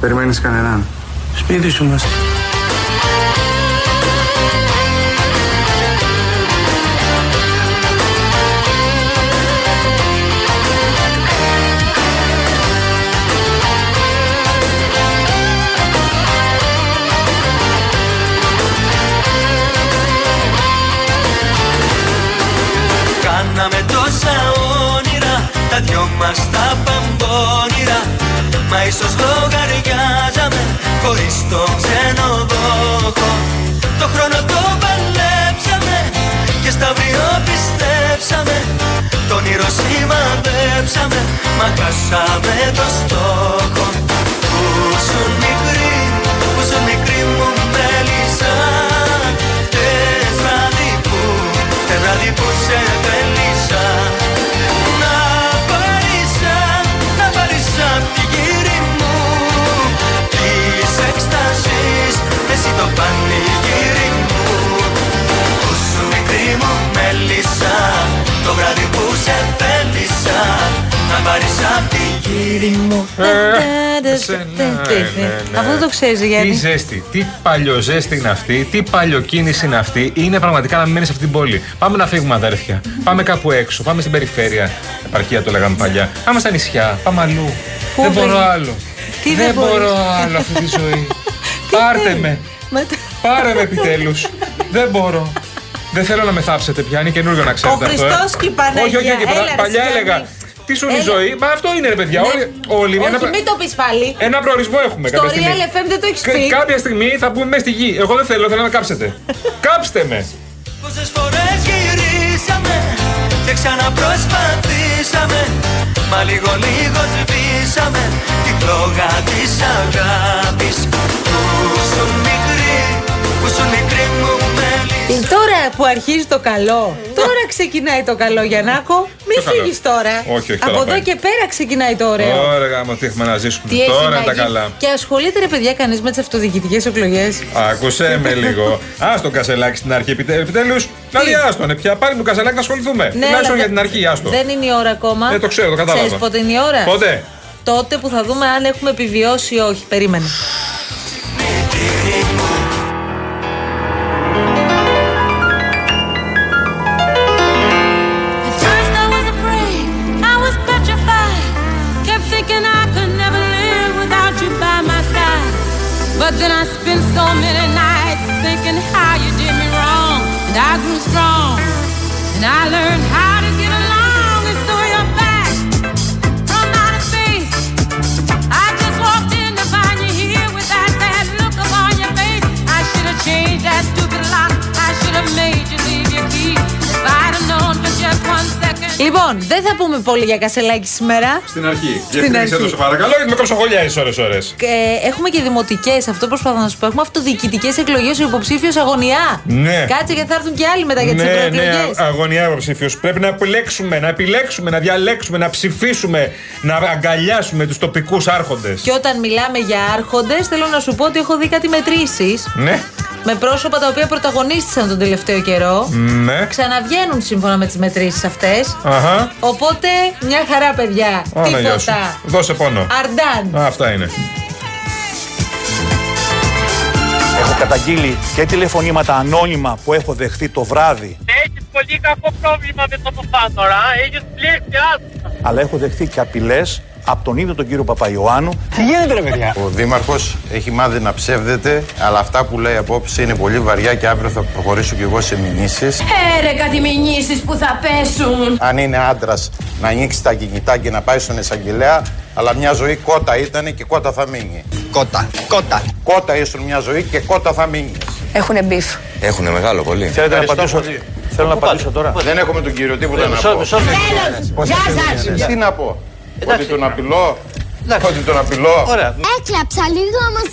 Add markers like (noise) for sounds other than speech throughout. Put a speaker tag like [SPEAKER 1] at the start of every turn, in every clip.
[SPEAKER 1] Περιμένεις κανέναν.
[SPEAKER 2] Σπίτι σου είμαστε.
[SPEAKER 3] Κάναμε τόσα όνειρα, τα δυο μας τα παμπώνυρα Μα ίσως λογαριάζαμε χωρίς το ξενοδόχο Το χρόνο το παλέψαμε και στα βριό πιστέψαμε Τον όνειρο σημαδέψαμε, μα χάσαμε το στόχο Πού σου μικρή, πού σου μικρή μου μέλισσα Τες βράδυ που, τες βράδυ που σε θέλησα Να παρήσα, να παρήσα απ' την γύρι μου Της έκστασης, εσύ το πανηγύρι μου Πού σου μικρή μου μέλισσα, το βράδυ που σε θέλησα Να παρήσα απ' την γύρι μου
[SPEAKER 4] Αυτό το ξέρεις
[SPEAKER 5] Τι
[SPEAKER 4] Γιάννη.
[SPEAKER 5] ζέστη, τι παλιοζέστη είναι αυτή, τι παλιοκίνηση είναι αυτή. Είναι πραγματικά να μην μένει σε αυτή την πόλη. Πάμε να φύγουμε, αδέρφια. Πάμε κάπου έξω, πάμε στην περιφέρεια. Επαρχία το λέγαμε παλιά. Πάμε στα νησιά, πάμε αλλού.
[SPEAKER 4] Πού
[SPEAKER 5] δεν
[SPEAKER 4] βρε-
[SPEAKER 5] μπορώ άλλο.
[SPEAKER 4] Τι δεν
[SPEAKER 5] μπορώ
[SPEAKER 4] μπορείς.
[SPEAKER 5] άλλο αυτή τη ζωή.
[SPEAKER 4] Τι
[SPEAKER 5] Πάρτε
[SPEAKER 4] θέλει.
[SPEAKER 5] με.
[SPEAKER 4] Μα τα-
[SPEAKER 5] Πάρε με επιτέλους. δεν μπορώ. Δεν θέλω να με θάψετε πια, είναι καινούριο να ξέρετε
[SPEAKER 4] Ο
[SPEAKER 5] αυτό. ε.
[SPEAKER 4] Χριστός και η Παναγία.
[SPEAKER 5] Όχι, όχι, όχι.
[SPEAKER 4] Έλα, ρε,
[SPEAKER 5] παλιά
[SPEAKER 4] Γιάννη.
[SPEAKER 5] έλεγα. Τι σου είναι η
[SPEAKER 4] Έλα.
[SPEAKER 5] ζωή. Μα αυτό είναι, ρε παιδιά.
[SPEAKER 4] Ναι.
[SPEAKER 5] Όλοι, όλοι ένα,
[SPEAKER 4] Όχι, μην το πεις πάλι.
[SPEAKER 5] ένα προορισμό έχουμε
[SPEAKER 4] Στο
[SPEAKER 5] Ε, κάποια στιγμή.
[SPEAKER 4] Real FM δεν το έχεις
[SPEAKER 5] Κα-
[SPEAKER 4] πει.
[SPEAKER 5] Κάποια στιγμή θα πούμε μέσα στη γη. Εγώ δεν θέλω, θέλω να με κάψετε. Κάψτε με!
[SPEAKER 3] Πόσες φορές γυρίσαμε και ξαναπροσπαθήσαμε Μα λίγο λίγο σβήσαμε τη φλόγα της αγάπης Πού σου μικρή, πού σου μικρή μου μέλη
[SPEAKER 4] Ε, Τώρα που αρχίζει το καλό, τώρα ξεκινάει το καλό Γιαννάκο. Μην
[SPEAKER 5] Ε, ναι. Ποιο καλό?
[SPEAKER 4] φύγεις τώρα.
[SPEAKER 5] Όχι, όχι, καλά
[SPEAKER 4] Από εδώ
[SPEAKER 5] πάει.
[SPEAKER 4] και πέρα ξεκινάει το ωραίο.
[SPEAKER 5] Ωραία, γάμο, τι έχουμε να ζήσουμε.
[SPEAKER 4] Τι έχει
[SPEAKER 5] Τώρα
[SPEAKER 4] να
[SPEAKER 5] τα
[SPEAKER 4] γίνει.
[SPEAKER 5] καλά.
[SPEAKER 4] Και ασχολείται ρε παιδιά κανείς με τις αυτοδιοικητικές εκλογές.
[SPEAKER 5] Άκουσε με
[SPEAKER 4] (laughs)
[SPEAKER 5] λίγο. Άστο κασελάκι στην αρχή. Επιτε, Επιτέλους, δηλαδή άστονε πια. Πάλι μου κασελάκι να ασχοληθούμε. Τουλάχιστον Ναι, για την αρχή, άστο.
[SPEAKER 4] Ναι, Δεν είναι η ώρα ακόμα.
[SPEAKER 5] Ε, το ξέρω, το κατάλαβα.
[SPEAKER 4] Ξέρεις πότε είναι η ώρα.
[SPEAKER 5] Πότε?
[SPEAKER 4] Τότε που θα δούμε αν έχουμε επιβιώσει ή όχι. Περίμενε.
[SPEAKER 6] At first I was afraid, I was petrified. Kept thinking I could never live without you by my side. But then I spent so many nights thinking how you did me wrong. And I grew strong. And I learned how to get along. And so you're back from outer space. I just walked in to find you here with that sad look upon your face. I should have changed that stupid lock. I should have made you leave your key. If I'd have known for just one second.
[SPEAKER 4] Λοιπόν, δεν θα πούμε πολύ για κασελάκι σήμερα.
[SPEAKER 5] Στην αρχή. Διευθύνησε
[SPEAKER 4] αρχή.
[SPEAKER 5] το σε παρακαλώ, γιατί με κοψοχολιάζει ώρες ώρες.
[SPEAKER 4] Ε, έχουμε και δημοτικές, αυτό προσπαθώ να σου πω. Έχουμε αυτοδιοικητικές εκλογές, ο υποψήφιος αγωνιά.
[SPEAKER 5] Ναι.
[SPEAKER 4] Κάτσε γιατί θα έρθουν και άλλοι μετά για τις
[SPEAKER 5] Ναι, ναι,
[SPEAKER 4] ευρωεκλογές.
[SPEAKER 5] α- αγωνιά υποψήφιος. Πρέπει να επιλέξουμε, να επιλέξουμε, να διαλέξουμε, να ψηφίσουμε, να αγκαλιάσουμε τους τοπικούς άρχοντες.
[SPEAKER 4] Και όταν μιλάμε για άρχοντες, θέλω να σου πω ότι έχω δει κάτι μετρήσεις
[SPEAKER 5] Ναι,
[SPEAKER 4] με πρόσωπα τα οποία πρωταγωνίστησαν τον τελευταίο καιρό.
[SPEAKER 5] ναι.
[SPEAKER 4] Ξαναβγαίνουν σύμφωνα με τις μετρήσεις αυτές.
[SPEAKER 5] Αχα.
[SPEAKER 4] Οπότε μια χαρά, παιδιά.
[SPEAKER 5] Άρα, γεια σου.
[SPEAKER 4] Τίποτα.
[SPEAKER 5] Δώσε πόνο.
[SPEAKER 4] Αρντάν.
[SPEAKER 5] Α, αυτά είναι.
[SPEAKER 7] Έχω καταγγείλει και τηλεφωνήματα ανώνυμα που έχω δεχθεί το βράδυ,
[SPEAKER 8] Έχεις πολύ κακό πρόβλημα με τον Παπάντορα. ε. Έχεις πλήξει άσχημα.
[SPEAKER 7] αλλά έχω δεχθεί και απειλές από τον ίδιο τον κύριο Παπαϊωάννου
[SPEAKER 9] Ο Δήμαρχος έχει μάθει να ψεύδεται, αλλά αυτά που λέει απόψε είναι πολύ βαριά και αύριο θα προχωρήσω κι εγώ σε μηνύσεις.
[SPEAKER 6] Έρε κάτι μηνύσεις που θα πέσουν.
[SPEAKER 9] Αν είναι άντρας, να ανοίξει τα κινητά και να πάει στον εισαγγελέα, αλλά μια ζωή κότα ήταν και κότα θα μείνει.
[SPEAKER 10] Κότα, κότα.
[SPEAKER 9] Κότα ήσουν μια ζωή και κότα θα μείνει.
[SPEAKER 11] Έχουν μπιφ.
[SPEAKER 10] Έχουν μεγάλο πολύ.
[SPEAKER 7] Θέλετε να
[SPEAKER 9] Ευχαριστώ
[SPEAKER 7] απαντήσω,
[SPEAKER 9] πολύ.
[SPEAKER 7] θέλω να απαντήσω τώρα.
[SPEAKER 9] Δεν έχω με τον κύριο τίποτα να πω.
[SPEAKER 11] Γεια σας.
[SPEAKER 9] Τι να πω. Ότι τον απειλώ. Ότι τον απειλώ.
[SPEAKER 7] Ωραία.
[SPEAKER 6] Έκλαψα λίγο όμως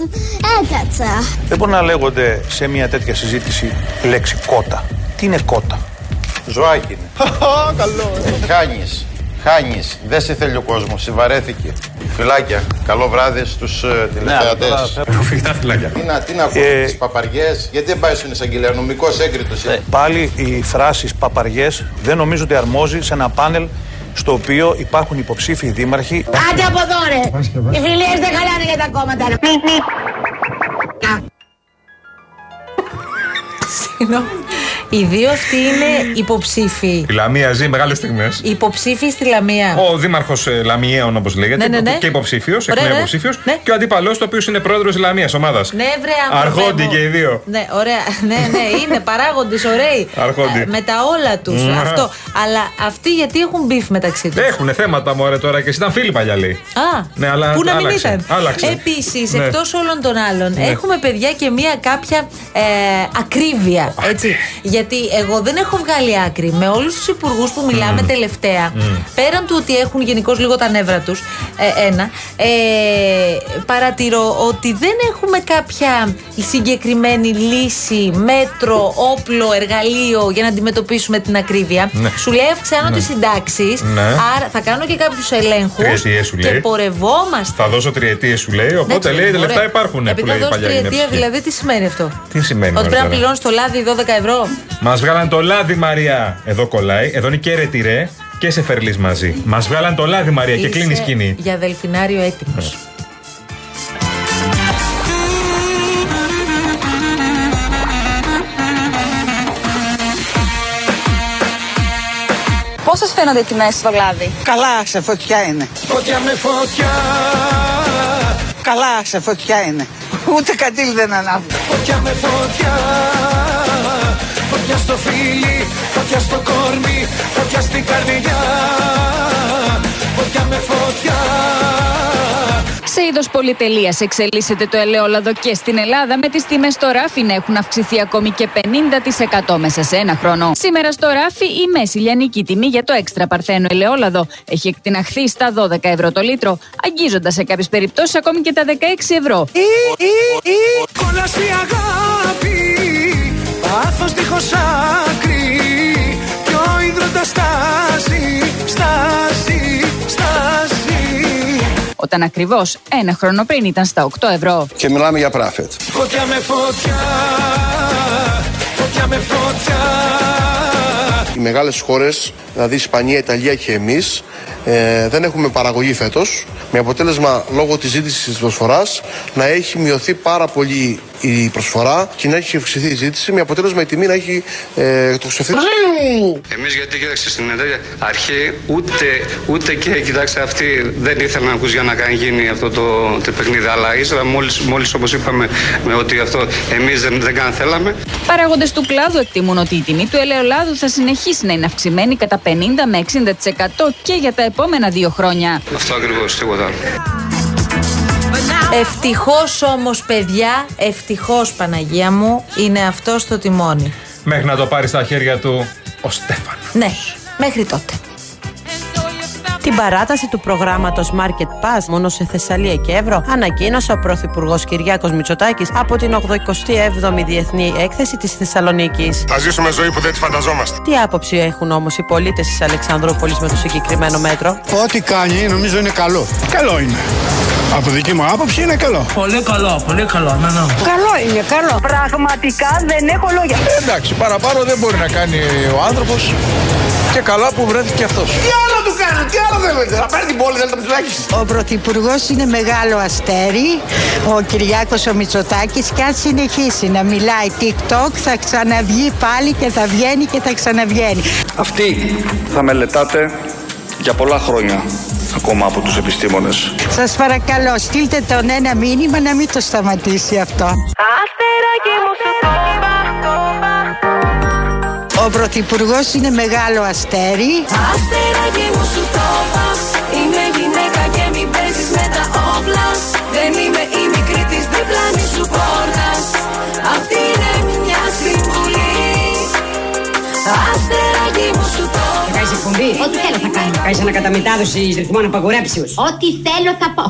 [SPEAKER 6] έκατσα.
[SPEAKER 7] Δεν μπορεί να λέγονται σε μια τέτοια συζήτηση η λέξη κότα. Τι είναι κότα.
[SPEAKER 9] Ζωάκι είναι. Χάνεις. Χάνεις. Δεν σε θέλει ο κόσμος. Συμβαρέθηκε. Φυλάκια. Καλό βράδυ στους τηλεθεατέ.
[SPEAKER 5] Φυγτά φυλάκια.
[SPEAKER 9] Τι να, τι να ακούτε,
[SPEAKER 7] Ε,
[SPEAKER 9] τις παπαριές, γιατί δεν πάει στον εισαγγελέα, νομικός έγκριτος.
[SPEAKER 7] Πάλι οι φράσεις παπαριές δεν νομίζω ότι αρμόζει σε ένα πάνελ στο οποίο υπάρχουν υποψήφοι δήμαρχοι.
[SPEAKER 9] Άντε από εδώ ρε. Οι φιλίες δεν χαλάνε για τα κόμματα ρε. Μη, μη.
[SPEAKER 4] Συγγνώμη. Οι δύο αυτοί είναι υποψήφοι.
[SPEAKER 5] Η Λαμία ζει μεγάλες στιγμές.
[SPEAKER 4] Υποψήφοι στη Λαμία.
[SPEAKER 5] Ο δήμαρχος Λαμιαίων, όπως λέγεται,
[SPEAKER 4] Ναι, ναι, ναι.
[SPEAKER 5] και υποψήφιος, εκ
[SPEAKER 4] Ωραία,
[SPEAKER 5] νέου
[SPEAKER 4] ναι.
[SPEAKER 5] υποψήφιος,
[SPEAKER 4] Ναι.
[SPEAKER 5] και ο αντίπαλό, το οποίος είναι πρόεδρος της Λαμίας ομάδας.
[SPEAKER 4] Ναι, βρε, άνθρωπε
[SPEAKER 5] Αρχόντι
[SPEAKER 4] μου.
[SPEAKER 5] και οι δύο.
[SPEAKER 4] Ναι, ωραία. (laughs) Ναι, ναι, είναι παράγοντες, ωραίοι.
[SPEAKER 5] Αρχόντι.
[SPEAKER 4] Ε, Με τα όλα τους.
[SPEAKER 5] Μμμ.
[SPEAKER 4] Αυτό. Αλλά αυτοί γιατί έχουν μπιφ μεταξύ τους.
[SPEAKER 5] Έχουν θέματα μωρέ τώρα και εσύ ήταν φίλοι παλιά λέει.
[SPEAKER 4] Α,
[SPEAKER 5] Ναι, αλλά
[SPEAKER 4] που να μην
[SPEAKER 5] άλλαξε.
[SPEAKER 4] ήταν.
[SPEAKER 5] Άλλαξε.
[SPEAKER 4] Επίσης,
[SPEAKER 5] Ναι.
[SPEAKER 4] εκτός όλων των άλλων,
[SPEAKER 5] Ναι.
[SPEAKER 4] έχουμε παιδιά και μία κάποια ε, ακρίβεια. Έτσι. Γιατί εγώ δεν έχω βγάλει άκρη με όλους τους υπουργούς που μιλάμε τελευταία. Πέραν του ότι έχουν γενικώς λίγο τα νεύρα τους, ε, ένα, ε, παρατηρώ ότι δεν έχουμε κάποια συγκεκριμένη λύση, μέτρο, όπλο, εργαλείο για να αντιμετωπίσουμε την ακρίβεια.
[SPEAKER 5] Ναι.
[SPEAKER 4] Σου λέει αυξάνω τις συντάξεις,
[SPEAKER 5] Ναι.
[SPEAKER 4] άρα θα κάνω και κάποιους ελέγχους
[SPEAKER 5] Τριετίες σου λέει.
[SPEAKER 4] και πορευόμαστε.
[SPEAKER 5] Θα δώσω τριετίες σου λέει,
[SPEAKER 4] Δεν
[SPEAKER 5] οπότε
[SPEAKER 4] ξέρω,
[SPEAKER 5] λέει τα λεφτά
[SPEAKER 4] ωραία.
[SPEAKER 5] υπάρχουν που
[SPEAKER 4] Ναι, Επειδή
[SPEAKER 5] λέει η
[SPEAKER 4] δώσει
[SPEAKER 5] παλιά
[SPEAKER 4] τριετία,
[SPEAKER 5] γυναίκα.
[SPEAKER 4] δηλαδή τι σημαίνει αυτό.
[SPEAKER 5] Τι σημαίνει,
[SPEAKER 4] Ότι
[SPEAKER 5] μωρέ,
[SPEAKER 4] πρέπει να
[SPEAKER 5] τώρα?
[SPEAKER 4] πληρώνεις το λάδι 12 ευρώ.
[SPEAKER 5] Μας βγάλαν το λάδι Μαρία. Εδώ κολλάει, εδώ είναι και ρετυρέ και σε φερλής μαζί. Μας βγάλαν το λάδι Μαρία Ε, και
[SPEAKER 4] Είσαι
[SPEAKER 5] κλείνει σκηνή.
[SPEAKER 4] Για δελφινάριο έτοιμος.
[SPEAKER 12] Πώς σας φαίνονται οι τιμές στο λάδι, Καλά, σε φωτιά είναι.
[SPEAKER 3] Φωτιά με φωτιά,
[SPEAKER 12] Καλά, σε φωτιά είναι. Ούτε κατήλ δεν ανάβει.
[SPEAKER 3] φωτιά με φωτιά. Φωτιά στο φίλι, φωτιά στο κόρμι, φωτιά στην καρδιά. Φωτιά με φωτιά.
[SPEAKER 6] Σε είδος πολυτελείας εξελίσσεται το ελαιόλαδο και στην Ελλάδα, με τις τιμές στο ράφι να έχουν αυξηθεί ακόμη και 50% μέσα σε ένα χρόνο. Σήμερα στο ράφι, η μέση λιανική τιμή για το έξτρα παρθένο ελαιόλαδο έχει εκτιναχθεί στα 12 ευρώ το λίτρο, αγγίζοντας σε κάποιες περιπτώσεις ακόμη και τα 16 ευρώ.
[SPEAKER 3] Κολλάς η αγάπη, πάθος δίχως άκρη. Κι ο ίδρωτας στάζει, στάζει, στάζει.
[SPEAKER 6] Όταν ακριβώς ένα χρόνο πριν ήταν στα 8 ευρώ.
[SPEAKER 13] Και μιλάμε για πράφετ.
[SPEAKER 3] Φωτιά με φωτιά, φωτιά με φωτιά.
[SPEAKER 14] Οι μεγάλες χώρες, δηλαδή Ισπανία, Ιταλία και εμείς, ε, δεν έχουμε παραγωγή φέτος, με αποτέλεσμα λόγω της ζήτησης της προσφοράς να έχει μειωθεί πάρα πολύ η προσφορά και να έχει αυξηθεί η ζήτηση, με αποτέλεσμα η τιμή να έχει ε, εκτοξευθεί.
[SPEAKER 15] Εμείς γιατί κοίταξε στην εντέλεια αρχή ούτε, ούτε και κοιτάξτε αυτή δεν ήθελα να ακούσει για να κάνει γίνει αυτό το, το παιχνίδι αλλά ύστερα μόλις, μόλις όπως είπαμε με ότι αυτό εμείς δεν, δεν καν θέλαμε
[SPEAKER 6] Παράγοντε του κλάδου εκτιμούν ότι η τιμή του ελαιολάδου θα συνεχίσει να είναι αυξημένη κατά 50 με 60% και για τα επόμενα δύο χρόνια.
[SPEAKER 15] αυτό ακριβώς τίποτα άλλο.
[SPEAKER 5] Ναι.
[SPEAKER 4] Ευτυχώς όμως, παιδιά, ευτυχώς Παναγία μου, είναι αυτό στο τιμόνι.
[SPEAKER 5] Μέχρι να το πάρεις στα χέρια του ο Στέφανος.
[SPEAKER 4] Ναι, μέχρι τότε.
[SPEAKER 16] Την παράταση του προγράμματος Market Pass μόνο σε Θεσσαλία και Εύρο ανακοίνωσε ο Πρωθυπουργός Κυριάκος Μητσοτάκης από την 87η Διεθνή Έκθεση της Θεσσαλονίκης.
[SPEAKER 17] Θα ζήσουμε ζωή που δεν τη φανταζόμαστε.
[SPEAKER 16] Τι άποψη έχουν όμως οι πολίτες της Αλεξανδρούπολης με το συγκεκριμένο μέτρο.
[SPEAKER 17] Ό,τι κάνει νομίζω είναι καλό. Καλό είναι. Από δική μου άποψη είναι καλό. Πολύ καλό, πολύ καλό. Ναι, ναι.
[SPEAKER 9] Καλό είναι, καλό. Πραγματικά δεν έχω λόγια.
[SPEAKER 17] Εντάξει, παραπάνω δεν μπορεί να κάνει ο άνθρωπος. Και καλά που βρέθηκε αυτός.
[SPEAKER 9] Τι άλλο του κάνω, τι άλλο θέλετε. Θα πάρει την πόλη, θέλετε να
[SPEAKER 18] Ο Πρωθυπουργός είναι μεγάλο αστέρι, ο Κυριάκος ο Μητσοτάκης. Και αν συνεχίσει να μιλάει TikTok, θα ξαναβγεί πάλι και θα βγαίνει και θα ξαναβγαίνει.
[SPEAKER 13] Αυτή θα μελετάτε για πολλά χρόνια ακόμα από τους επιστήμονες.
[SPEAKER 18] Σας παρακαλώ, στείλτε τον ένα μήνυμα να μην το σταματήσει αυτό.
[SPEAKER 9] Αστεράκι μου σου κόβα, κόβα.
[SPEAKER 18] Ο Πρωθυπουργός είναι μεγάλο αστέρι.
[SPEAKER 9] Αστεράκι μου σου κόβα. Είμαι γυναίκα και μην παίζεις με τα όπλα. Δεν είμαι η μικρή της διπλάνης σου πόρτας. Αυτή είναι μια συμβουλή. Αστεράκι μου σου κόβα.
[SPEAKER 19] Θα κάνεις εκπομπή. Ό,τι θέλω θα κάνω. Θα κάνεις ανακαταμετάδοση ρυθμών απαγορέψεως. Ό,τι θέλω θα πω.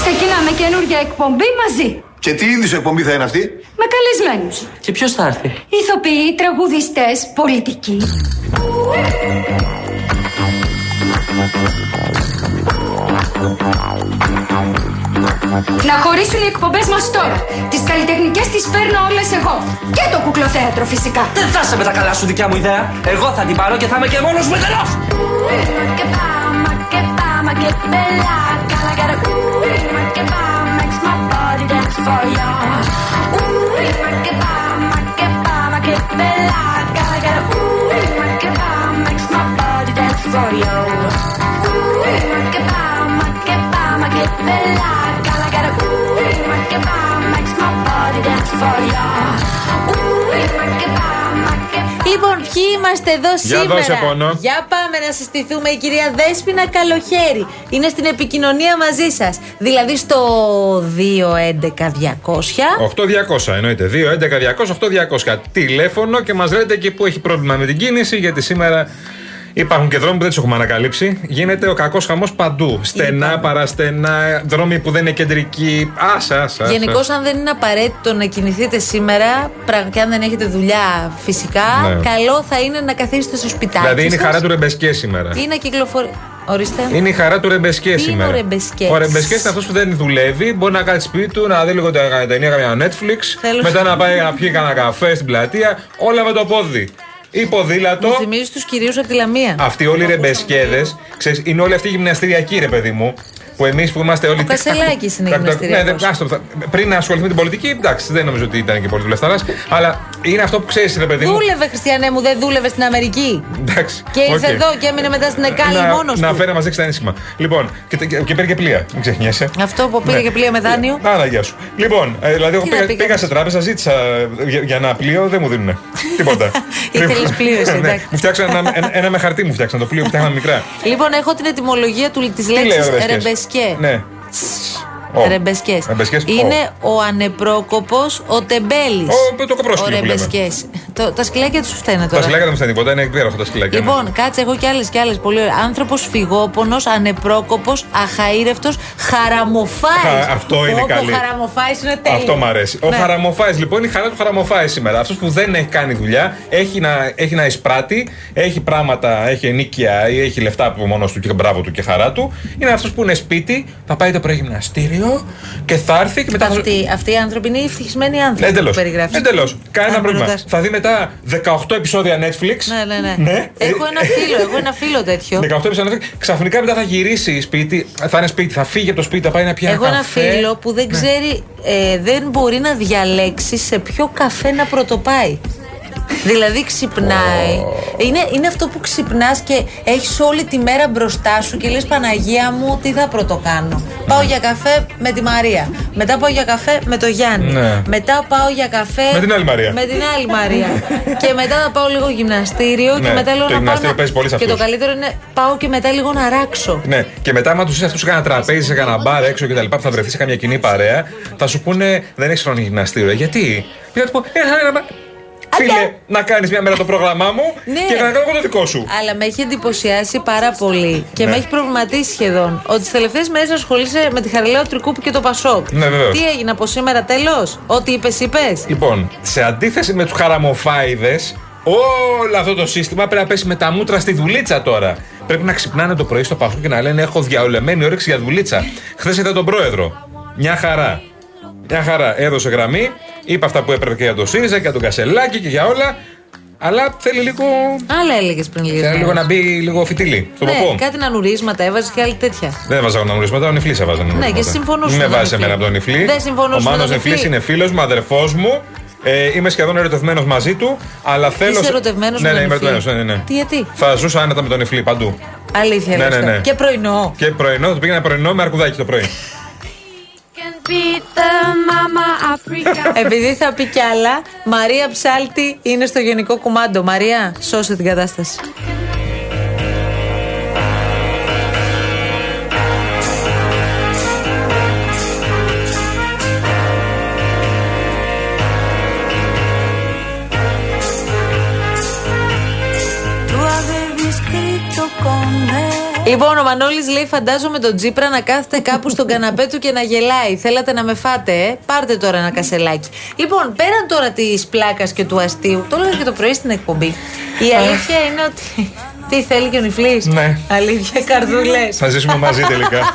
[SPEAKER 20] Ξεκινάμε καινούργια εκπομπή μαζί.
[SPEAKER 9] Και τι είδους εκπομπή θα είναι αυτή.
[SPEAKER 21] Με καλεσμένους.
[SPEAKER 22] Και ποιος θα έρθει.
[SPEAKER 21] Ηθοποιοί, τραγουδιστές, πολιτικοί. Να χωρίσουν οι εκπομπές μας τώρα. Τις καλλιτεχνικές τις παίρνω όλες εγώ. Και το κουκλοθέατρο φυσικά.
[SPEAKER 22] Δεν φτάσε με τα καλά σου δικιά μου ιδέα. Εγώ θα την πάρω και θα είμαι και μόνος μου εντελώς.
[SPEAKER 4] Λοιπόν, ποιοι είμαστε εδώ
[SPEAKER 5] Για
[SPEAKER 4] σήμερα.
[SPEAKER 5] δώσε πόνο.
[SPEAKER 4] Για πάμε να συστηθούμε. Η κυρία Δέσποινα Καλοχέρη είναι στην επικοινωνία μαζί σας. Δηλαδή στο 211-200.
[SPEAKER 5] 8200 εννοείται. 2, 11, 200, 8200. Τηλέφωνο και μας λέτε εκεί που έχει πρόβλημα με την κίνηση, γιατί σήμερα υπάρχουν και δρόμοι που δεν τους έχουμε ανακαλύψει. Γίνεται ο κακός χαμός παντού. Στενά, παραστενά, δρόμοι που δεν είναι κεντρικοί. Άσα, άσα.
[SPEAKER 4] Γενικώ, αν δεν είναι απαραίτητο να κινηθείτε σήμερα, πρα- και αν δεν έχετε δουλειά φυσικά,
[SPEAKER 5] Ναι.
[SPEAKER 4] καλό θα είναι να καθίσετε στο σπιτάκι.
[SPEAKER 5] Δηλαδή είναι η
[SPEAKER 4] σας
[SPEAKER 5] χαρά του ρεμπεσκέ σήμερα.
[SPEAKER 4] Ή να κυκλοφορεί. Ορίστε.
[SPEAKER 5] Είναι η χαρά του ρεμπεσκέ
[SPEAKER 4] Τι είναι
[SPEAKER 5] σήμερα.
[SPEAKER 4] ο ρεμπεσκές?
[SPEAKER 5] Ο ρεμπεσκές είναι αυτός που δεν δουλεύει, μπορεί να κάτσει σπίτι του, να δει λίγο τα ταινία, καμιά Netflix,
[SPEAKER 4] Θέλω-
[SPEAKER 5] μετά να πάει να πιει κανένα καφέ στην πλατεία, όλα με το πόδι. Ή ποδήλατο.
[SPEAKER 4] Μου θυμίζει τους κυρίους από τη Λαμία.
[SPEAKER 5] Αυτοί όλοι οι ρεμπεσκέδες, είναι όλοι αυτοί οι γυμναστηριακοί, ρε παιδί μου. Που εμείς που είμαστε όλοι.
[SPEAKER 4] Ο Κασελάκης είναι
[SPEAKER 5] Τακ, τακ,
[SPEAKER 4] γυμναστηριακός.
[SPEAKER 5] Ναι, δεν- άστο, θα- πριν να ασχοληθεί με την πολιτική, εντάξει, δεν νομίζω ότι ήταν και πολύ δουλευταράς. Αλλά είναι αυτό που ξέρεις, ρε παιδί μου.
[SPEAKER 4] Δούλευε, Χριστιανέ μου, δεν δούλευε στην Αμερική.
[SPEAKER 5] Εντάξει.
[SPEAKER 4] Και ήρθε
[SPEAKER 5] οκ.
[SPEAKER 4] εδώ και έμεινε μετά στην Εκάλη
[SPEAKER 5] να,
[SPEAKER 4] μόνος
[SPEAKER 5] να
[SPEAKER 4] του.
[SPEAKER 5] φέρει να μας δείξει τα ένσημα. Λοιπόν, και, και, και πήρε και πλοία. Μην ξεχνιέσαι.
[SPEAKER 4] Αυτό που πήρε
[SPEAKER 5] Ναι.
[SPEAKER 4] και πλοία με δάνειο.
[SPEAKER 5] Άρα, γεια σου. Λοιπόν, ε, δηλαδή, εγώ
[SPEAKER 4] Τι
[SPEAKER 5] πήγα,
[SPEAKER 4] να πήγατε.
[SPEAKER 5] πήγα σε τράπεζα, ζήτησα ε, για, για ένα πλοίο, δεν μου δίνουν. Τίποτα.
[SPEAKER 4] (laughs) Ήθελες
[SPEAKER 5] Λοιπόν,
[SPEAKER 4] πλοίο εσύ,
[SPEAKER 5] (laughs) ναι.
[SPEAKER 4] εντάξει.
[SPEAKER 5] Μου φτιάξαν ένα, ένα- ένα με χαρτί, μου φτιάξαν το πλοίο που φτιάχναμε μικρά.
[SPEAKER 4] Λοιπόν, έχω την ετυμολογία του της
[SPEAKER 5] Τι λέει ο
[SPEAKER 4] λέξης
[SPEAKER 5] Ρεμπεσκές?
[SPEAKER 4] ρεμπεσκέ.
[SPEAKER 5] Ναι. Ο.
[SPEAKER 4] Ρεμπεσκές.
[SPEAKER 5] Ρεμπεσκές, ο.
[SPEAKER 4] Είναι ο ανεπρόκοπος ο τεμπέλης.
[SPEAKER 5] Ο- το κοπρόσκυλο που λέμε.
[SPEAKER 4] Ρεμπεσκές. Το- Τα σκυλάκια τους φταίνε
[SPEAKER 5] Τα
[SPEAKER 4] τώρα.
[SPEAKER 5] σκυλάκια δεν μου στέλνει τίποτα, είναι υπέροχα τα σκυλάκια.
[SPEAKER 4] Λοιπόν, κάτσε, έχω κι άλλες κι άλλες. Πολύ ωραία. Άνθρωπος φυγόπονος, ανεπρόκοπος, αχαήρευτο, χαραμοφάης.
[SPEAKER 5] Χα- αυτό είναι καλή.
[SPEAKER 4] Ο χαραμοφάης είναι τέλειο.
[SPEAKER 5] Αυτό μου αρέσει. Ο
[SPEAKER 4] Ναι.
[SPEAKER 5] χαραμοφάης λοιπόν είναι η χαρά του χαραμοφάη σήμερα. Αυτός που δεν έχει κάνει δουλειά, έχει να, έχει να εισπράττει, έχει πράγματα, έχει ενίκεια ή έχει λεφτά από μόνος του και μπράβο του και χαρά του. Είναι αυτός που είναι σπίτι, θα πάει το πρωί γυμναστήριο και θα έρθει και μετά. θα-
[SPEAKER 4] Αυτοί, αυτοί οι άνθρωποι είναι οι ευτυχισμένοι άνθρωποι
[SPEAKER 5] Εντελώς.
[SPEAKER 4] που περιγράφεις.
[SPEAKER 5] Εντελώς. Κανένα
[SPEAKER 4] Αν με
[SPEAKER 5] πρόβλημα.
[SPEAKER 4] ρωτάς.
[SPEAKER 5] Θα δει μετά 18 επεισόδια Netflix.
[SPEAKER 4] Ναι, ναι, ναι. Έχω
[SPEAKER 5] Ε,
[SPEAKER 4] ένα φίλο, έχω ένα φίλο τέτοιο.
[SPEAKER 5] 18 επεισόδια Netflix. Ξαφνικά μετά θα γυρίσει σπίτι, θα είναι σπίτι, θα φύγει από το σπίτι, θα πάει να πιει
[SPEAKER 4] Έχω
[SPEAKER 5] ένα
[SPEAKER 4] ένα
[SPEAKER 5] καφέ. Ναι.
[SPEAKER 4] φίλο που δεν ξέρει, ε, δεν μπορεί να διαλέξει σε ποιο καφέ να πρωτοπάει. Δηλαδή ξυπνάει. Είναι, είναι αυτό που ξυπνάς και έχεις όλη τη μέρα μπροστά σου και λες Παναγία μου, τι θα πρωτοκάνω. Πάω για καφέ με τη Μαρία. Μετά πάω για καφέ με το Γιάννη.
[SPEAKER 5] Ναι.
[SPEAKER 4] Μετά πάω για καφέ.
[SPEAKER 5] Με την άλλη Μαρία.
[SPEAKER 4] Με την άλλη Μαρία. και μετά θα πάω λίγο γυμναστήριο. και
[SPEAKER 5] Ναι,
[SPEAKER 4] μετά λέω
[SPEAKER 5] το
[SPEAKER 4] να πάω.
[SPEAKER 5] γυμναστήριο
[SPEAKER 4] να-
[SPEAKER 5] παίζει πολύ σε
[SPEAKER 4] και το
[SPEAKER 5] αυτούς.
[SPEAKER 4] καλύτερο είναι πάω και μετά λίγο να ράξω.
[SPEAKER 5] Ναι, και μετά, άμα τους είσαι αυτούς σε κανένα τραπέζι, σε κανένα μπαρ έξω και τα λοιπά, που θα βρεθεί σε καμία κοινή παρέα, θα σου πούνε Δεν έχεις χρόνο για γυμναστήριο. Ε, Γιατί? Και θα του πω, «Ε, ρε, μα- Φίλε, να κάνεις μια μέρα το πρόγραμμά μου
[SPEAKER 4] Ναι.
[SPEAKER 5] και να κάνω εγώ το δικό σου.
[SPEAKER 4] Αλλά με έχει εντυπωσιάσει πάρα πολύ και
[SPEAKER 5] Ναι.
[SPEAKER 4] με έχει προβληματίσει σχεδόν ότι τις τελευταίες μέρες ασχολείσαι με τη Χαριλάου Τρικούπ και το Πασόκ.
[SPEAKER 5] Ναι, βεβαίως.
[SPEAKER 4] Τι έγινε από σήμερα, τέλος. Ό,τι είπες, είπες.
[SPEAKER 5] Λοιπόν, σε αντίθεση με τους χαραμοφάιδες, όλο αυτό το σύστημα πρέπει να πέσει με τα μούτρα στη δουλίτσα τώρα. Πρέπει να ξυπνάνε το πρωί στο παχό και να λένε Έχω διαολεμένη όρεξη για δουλίτσα. Χθες είδα τον πρόεδρο. Μια χαρά. Μια χαρά. Έδωσε γραμμή, είπε αυτά που έπρεπε και για τον ΣΥΡΙΖΑ και για τον Κασελάκη και για όλα. Αλλά θέλει λίγο.
[SPEAKER 4] Άλλα έλεγες πριν λίγο.
[SPEAKER 5] Θέλει λίγο να μπει λίγο φιτίλι στον
[SPEAKER 4] Ναι,
[SPEAKER 5] ποπό.
[SPEAKER 4] κάτι να νουρίσματα έβαζες και άλλη τέτοια.
[SPEAKER 5] Δεν βάζα γνωρίσματα, ο νυφλής έβαζε γνωρίσματα.
[SPEAKER 4] Ναι, και συμφωνούσαμε
[SPEAKER 5] Μην
[SPEAKER 4] με
[SPEAKER 5] με
[SPEAKER 4] τον
[SPEAKER 5] βάζει
[SPEAKER 4] Νιφλή.
[SPEAKER 5] εμένα από τον νυφλή.
[SPEAKER 4] Δεν συμφωνούσαμε με
[SPEAKER 5] Ο Μάνο
[SPEAKER 4] τον
[SPEAKER 5] νυφλή
[SPEAKER 4] Νιφλή.
[SPEAKER 5] είναι φίλος μου, αδερφός μου. Ε, είμαι σχεδόν ερωτευμένος μαζί του, αλλά θέλω.
[SPEAKER 4] Είσαι ερωτευμένος
[SPEAKER 5] ναι,
[SPEAKER 4] με
[SPEAKER 5] ναι,
[SPEAKER 4] τον
[SPEAKER 5] είμαι
[SPEAKER 4] Νιφλή.
[SPEAKER 5] ερωτευμένος. Ναι, ναι, ναι.
[SPEAKER 4] Τι γιατί.
[SPEAKER 5] Θα ζούσα άνετα με τον νυφλή παντού.
[SPEAKER 4] Αλήθεια,
[SPEAKER 5] Ναι,
[SPEAKER 4] λες
[SPEAKER 5] ναι,
[SPEAKER 4] τώρα.
[SPEAKER 5] ναι.
[SPEAKER 4] Και πρωινό.
[SPEAKER 5] Και πρωινό, το πήγαινα πρωινό με αρκουδάκι το πρωί.
[SPEAKER 4] Επειδή θα πει κι άλλα, Μαρία Ψάλτη είναι στο γενικό κουμάντο. Μαρία, σώσε την κατάσταση.
[SPEAKER 11] Tú has de vestito con él.
[SPEAKER 4] Λοιπόν, ο Μανώλης λέει: Φαντάζομαι τον Τζίπρα να κάθεται κάπου στον καναπέ του και να γελάει. Θέλατε να με φάτε, ε? Πάρτε τώρα ένα κασελάκι. Λοιπόν, πέραν τώρα της πλάκας και του αστείου, το έλεγα και το πρωί στην εκπομπή. Η αλήθεια είναι ότι. Τι θέλει και ο Νιφλή. Ναι. Αλήθεια, καρδούλες.
[SPEAKER 5] Θα ζήσουμε μαζί
[SPEAKER 4] (laughs)
[SPEAKER 5] τελικά.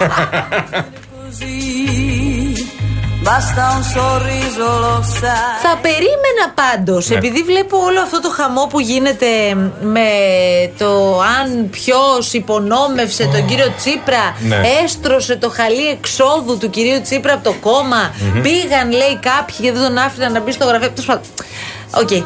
[SPEAKER 11] Basta un sorriso, lo sai.
[SPEAKER 4] Θα περίμενα πάντως,
[SPEAKER 11] Ναι.
[SPEAKER 4] επειδή βλέπω όλο αυτό το χαμό που γίνεται με το αν ποιος υπονόμευσε τον κύριο Τσίπρα,
[SPEAKER 11] Ναι.
[SPEAKER 4] έστρωσε το χαλί εξόδου του κυρίου Τσίπρα από το κόμμα.
[SPEAKER 11] Μμμ.
[SPEAKER 4] Πήγαν, λέει, κάποιοι και δεν τον άφηναν να μπει στο γραφείο. Τέλος πάντων. Οκ, ε,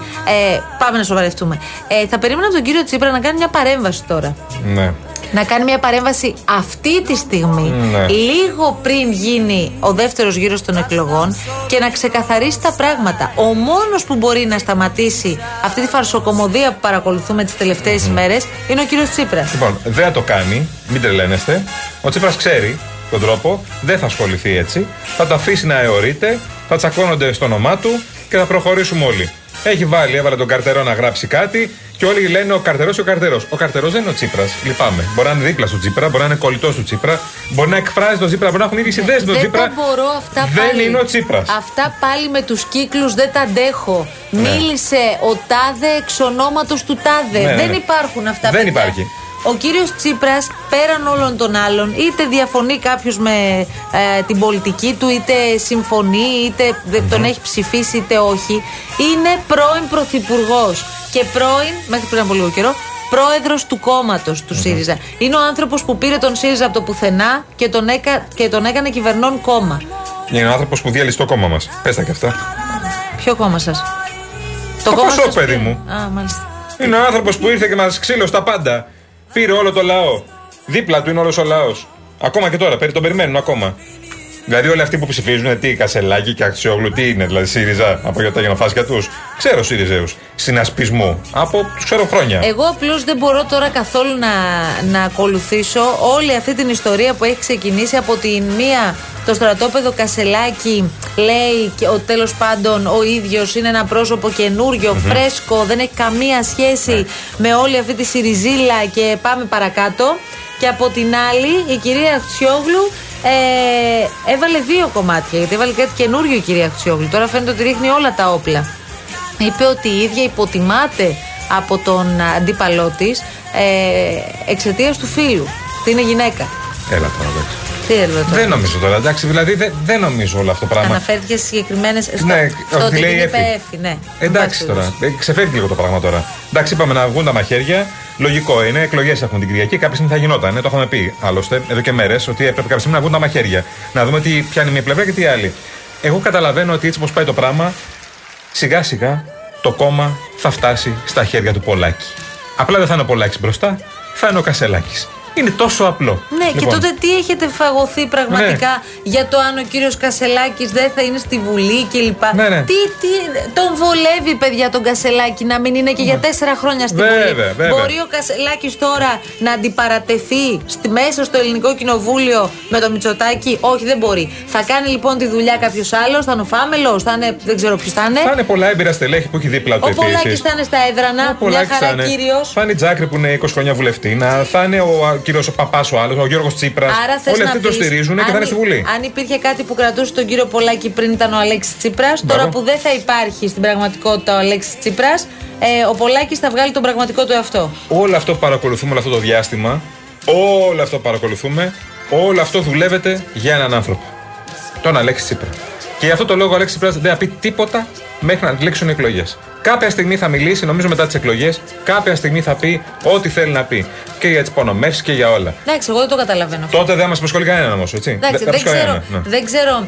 [SPEAKER 4] πάμε να σοβαρευτούμε. Ε, θα περίμενα από τον κύριο Τσίπρα να κάνει μια παρέμβαση τώρα
[SPEAKER 5] ναι.
[SPEAKER 4] να κάνει μια παρέμβαση αυτή τη στιγμή,
[SPEAKER 5] Ναι.
[SPEAKER 4] λίγο πριν γίνει ο δεύτερος γύρος των εκλογών και να ξεκαθαρίσει τα πράγματα. Ο μόνος που μπορεί να σταματήσει αυτή τη φαρσοκομωδία που παρακολουθούμε τις τελευταίες ημέρες είναι ο κύριος Τσίπρας.
[SPEAKER 5] Λοιπόν, δεν θα το κάνει, μην τρελαίνεστε. Ο Τσίπρας ξέρει τον τρόπο, δεν θα ασχοληθεί έτσι. Θα το αφήσει να αιωρείται, θα τσακώνονται στο όνομά του και θα προχωρήσουμε όλοι. Έχει βάλει, έβαλε τον καρτερό να γράψει κάτι και όλοι λένε ο καρτερός και ο καρτερός. Ο καρτερός δεν είναι ο Τσίπρας. Λυπάμαι. Μπορεί να είναι δίπλα στο Τσίπρα, μπορεί να είναι κολλητό του Τσίπρα, μπορεί να εκφράζει τον Τσίπρα, μπορεί να έχουν ίδιε ιδέε με τον
[SPEAKER 4] Δεν τα
[SPEAKER 5] Τσίπρα.
[SPEAKER 4] μπορώ αυτά
[SPEAKER 5] δεν
[SPEAKER 4] πάλι.
[SPEAKER 5] είναι ο Τσίπρας.
[SPEAKER 4] Αυτά πάλι με τους κύκλους δεν τα αντέχω.
[SPEAKER 5] Ναι.
[SPEAKER 4] Μίλησε ο τάδε εξ ονόματος του τάδε.
[SPEAKER 5] Ναι, ναι,
[SPEAKER 4] δεν
[SPEAKER 5] ναι.
[SPEAKER 4] υπάρχουν αυτά
[SPEAKER 5] Δεν
[SPEAKER 4] παιδιά.
[SPEAKER 5] υπάρχει.
[SPEAKER 4] Ο κύριος Τσίπρας πέραν όλων των άλλων είτε διαφωνεί κάποιος με ε, την πολιτική του είτε συμφωνεί είτε δεν τον έχει ψηφίσει είτε όχι είναι πρώην πρωθυπουργός και πρώην μέχρι πριν από λίγο καιρό πρόεδρος του κόμματος του ΣΥΡΙΖΑ. Είναι ο άνθρωπος που πήρε τον ΣΥΡΙΖΑ από το πουθενά και τον, έκα, και τον έκανε κυβερνών κόμμα.
[SPEAKER 5] Είναι ο άνθρωπος που διέλυσε το κόμμα μας. Πες τα και αυτά.
[SPEAKER 4] Ποιο κόμμα σας?
[SPEAKER 5] Το
[SPEAKER 4] κόμμα
[SPEAKER 5] Πασόκ,
[SPEAKER 4] σας
[SPEAKER 5] παιδί
[SPEAKER 4] πήρε.
[SPEAKER 5] μου.
[SPEAKER 4] Α, μάλιστα.
[SPEAKER 5] Είναι ο άνθρωπος που ήρθε και μας ξύλωσε τα πάντα. Πήρε όλο το λαό. Δίπλα του είναι όλος ο λαός. Ακόμα και τώρα, περί τον περιμένουν ακόμα. Δηλαδή όλοι αυτοί που ψηφίζουν, τι Κασελάκη και Αξιόγλου, τι είναι, δηλαδή ΣΥΡΙΖΑ από για τα γενοφάσκια τους. Ξέρω ΣΥΡΙΖΑΕΟΥ. Συνασπισμού. Από τους ξέρω χρόνια.
[SPEAKER 4] Εγώ απλώς δεν μπορώ τώρα καθόλου να, να ακολουθήσω όλη αυτή την ιστορία που έχει ξεκινήσει από την μία. Το στρατόπεδο Κασελάκη λέει και ο τέλος πάντων ο ίδιος είναι ένα πρόσωπο καινούριο,
[SPEAKER 11] Μμμ.
[SPEAKER 4] φρέσκο, δεν έχει καμία σχέση με όλη αυτή τη Σιριζίλα και πάμε παρακάτω. Και από την άλλη η κυρία Αξιόγλου ε, έβαλε δύο κομμάτια, γιατί έβαλε κάτι καινούριο η κυρία Αξιόγλου. Τώρα φαίνεται ότι ρίχνει όλα τα όπλα είπε ότι η ίδια υποτιμάται από τον αντίπαλό της ε, εξαιτίας του φίλου. Ότι είναι γυναίκα.
[SPEAKER 5] Έλα τώρα, εντάξει.
[SPEAKER 4] Τι έργο τώρα.
[SPEAKER 5] Δεν νομίζω τώρα, εντάξει, δηλαδή δεν, δεν νομίζω όλο αυτό το πράγμα.
[SPEAKER 4] Αναφέρθηκε σε συγκεκριμένες. Στο,
[SPEAKER 5] Ναι,
[SPEAKER 4] στο
[SPEAKER 5] ότι
[SPEAKER 4] ότι
[SPEAKER 5] λέει
[SPEAKER 4] την είπε
[SPEAKER 5] Εφη.
[SPEAKER 4] Εφη, ναι.
[SPEAKER 5] Εντάξει τώρα. Ε, Ξεφεύγει λίγο το πράγμα τώρα. Εντάξει, είπαμε να βγουν τα μαχαίρια. Λογικό είναι, εκλογές έχουμε την Κυριακή. Κάποια στιγμή θα γινόταν. ε, το είχαμε πει άλλωστε εδώ και μέρες ότι έπρεπε κάποια στιγμή να βγουν τα μαχαίρια. Να δούμε τι πιάνει μια πλευρά και τι άλλη. Εγώ καταλαβαίνω ότι έτσι όπως πάει το πράγμα, σιγά σιγά το κόμμα θα φτάσει στα χέρια του Πολάκη. Απλά δεν θα είναι ο Πολάκης μπροστά, θα είναι ο Κασελάκης. Είναι τόσο απλό.
[SPEAKER 4] Ναι, και
[SPEAKER 5] Λοιπόν,
[SPEAKER 4] τότε τι έχετε φαγωθεί πραγματικά για το αν ο κύριος Κασελάκης δεν θα είναι στη Βουλή κλπ. Τι, τι, τον βολεύει, παιδιά, τον Κασελάκη να μην είναι και για τέσσερα χρόνια στη
[SPEAKER 11] Βέβαια,
[SPEAKER 4] Βουλή.
[SPEAKER 11] βέβαια.
[SPEAKER 4] Μπορεί ο Κασελάκης τώρα να αντιπαρατεθεί στη, μέσα στο ελληνικό κοινοβούλιο με το Μητσοτάκι. Όχι, δεν μπορεί. Θα κάνει λοιπόν τη δουλειά κάποιος άλλος, θα είναι ο Φάμελος, θα είναι δεν ξέρω ποιο θα είναι.
[SPEAKER 5] Θα είναι πολλά έμπειρα στελέχη που έχει δίπλα του
[SPEAKER 4] Ο Πολάκη
[SPEAKER 5] επίσης.
[SPEAKER 4] θα είναι στα έδρανα, μια
[SPEAKER 5] Πολάκης
[SPEAKER 4] χαρά
[SPEAKER 5] θα είναι.
[SPEAKER 4] κύριος.
[SPEAKER 5] Θα είναι η Τζάκρη που είναι 20 χρόνια βουλευτήνα. Θα είναι ο κύριος ο Παπάς ο άλλος, ο Γιώργος Τσίπρας.
[SPEAKER 4] Άρα θες
[SPEAKER 5] Όλοι
[SPEAKER 4] να
[SPEAKER 5] αυτοί το
[SPEAKER 4] πεις,
[SPEAKER 5] στηρίζουν και
[SPEAKER 4] αν
[SPEAKER 5] θα είναι
[SPEAKER 4] υ-
[SPEAKER 5] στη Βουλή.
[SPEAKER 4] Αν υπήρχε κάτι που κρατούσε τον κύριο Πολάκη πριν ήταν ο Αλέξης Τσίπρας, τώρα
[SPEAKER 5] Μπράβο.
[SPEAKER 4] που δεν θα υπάρχει στην πραγματικότητα ο Αλέξης Τσίπρας, ε, ο Πολάκης θα βγάλει τον πραγματικό του εαυτό.
[SPEAKER 5] Όλο αυτό που παρακολουθούμε όλο αυτό το διάστημα, όλο αυτό που παρακολουθούμε, όλο αυτό δουλεύεται για έναν άνθρωπο. Τον Αλέξη Τσίπρα. Και γι' αυτό το λόγο ο Αλέξης Τσίπρας δεν θα πει τίποτα μέχρι να λήξουν οι εκλογές. Κάποια στιγμή θα μιλήσει, νομίζω μετά τις εκλογές, κάποια στιγμή θα πει ό,τι θέλει να πει. Και για τις υπονομεύσει και για όλα.
[SPEAKER 4] Εντάξει, εγώ δεν το καταλαβαίνω. αυτό.
[SPEAKER 5] Τότε δεν μας προσχολεί κανέναν όμως, έτσι.
[SPEAKER 4] Εντάξει,
[SPEAKER 5] θα
[SPEAKER 4] δεν,
[SPEAKER 5] απασχολεί
[SPEAKER 4] ξέρω,
[SPEAKER 5] κανέναν, ναι.
[SPEAKER 4] δεν ξέρω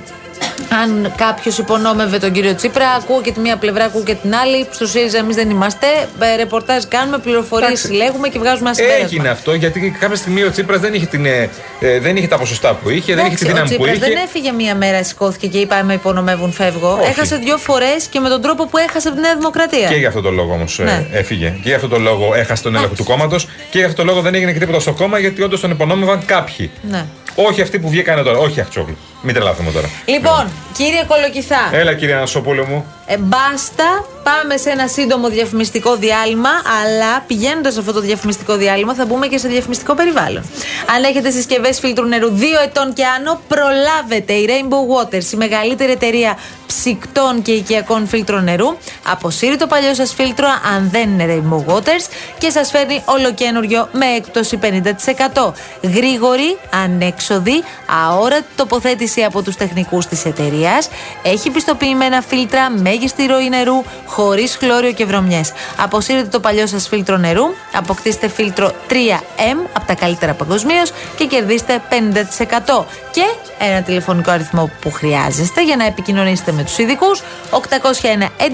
[SPEAKER 4] αν κάποιος υπονόμευε τον κύριο Τσίπρα. Ακούω και τη μία πλευρά, ακούω και την άλλη. Στο ΣΥΡΙΖΑ εμείς δεν είμαστε. Ε, Ρεπορτάζ κάνουμε, πληροφορίες συλλέγουμε και βγάζουμε ένα συμπέρασμα.
[SPEAKER 5] Έγινε αυτό γιατί κάποια στιγμή ο Τσίπρας δεν, είχε την, ε, ε, δεν είχε τα ποσοστά που είχε, δεν είχε τη
[SPEAKER 4] Εντάξει, ο
[SPEAKER 5] δύναμη που
[SPEAKER 4] Τσίπρας
[SPEAKER 5] είχε.
[SPEAKER 4] δεν έφυγε μία μέρα, σηκώθηκε και είπε: «Άμα Με υπονομεύουν, φεύγω.
[SPEAKER 5] Όχι.
[SPEAKER 4] Έχασε δύο φορές και με τον τρόπο που έχασε από τη Νέα Δημοκρατία.
[SPEAKER 5] Και για αυτό το λόγο όμως
[SPEAKER 4] Ναι.
[SPEAKER 5] έφυγε. Και για αυτό το λόγο έχασε τον έλεγχο του κόμματος. Και για αυτό το λόγο δεν έγινε και τίποτα στο κόμμα γιατί όντως τον υπονόμευαν κάποιοι.
[SPEAKER 4] Ναι.
[SPEAKER 5] Όχι αυτοί που βγήκαν τώρα, όχι Αξιόγλου. Μην τρελαθούμε τώρα.
[SPEAKER 4] Λοιπόν, κύριε Κολοκυθά,
[SPEAKER 5] Έλα, κύριε Ανασόπουλο μου.
[SPEAKER 4] ε, μπάστα, πάμε σε ένα σύντομο διαφημιστικό διάλειμμα, αλλά πηγαίνοντας αυτό το διαφημιστικό διάλειμμα θα μπούμε και σε διαφημιστικό περιβάλλον. Αν έχετε συσκευές φίλτρου νερού 2 ετών και άνω, προλάβετε η Rainbow Waters, η μεγαλύτερη εταιρεία ψυκτών και οικιακών φίλτρων νερού. Αποσύρει το παλιό σας φίλτρο, αν δεν είναι Rainbow Waters, και σας φέρνει ολοκένουργιο με έκπτωση 50%. Γρήγορη, ανέξοδη, αόρατη τοποθέτηση από τους τεχνικούς της εταιρείας. Έχει πιστοποιημένα φίλτρα, μέγιστη ροή νερού, χωρίς χλώριο και βρωμιές. Αποσύρετε το παλιό σας φίλτρο νερού, αποκτήστε φίλτρο 3M από τα καλύτερα παγκοσμίως και κερδίστε 50%. Και ένα τηλεφωνικό αριθμό που χρειάζεστε για να επικοινωνήσετε με τους ειδικούς 801 11 34 34 34.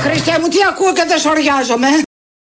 [SPEAKER 23] Χριστέ μου, τι ακούω και δεν σοριάζομαι.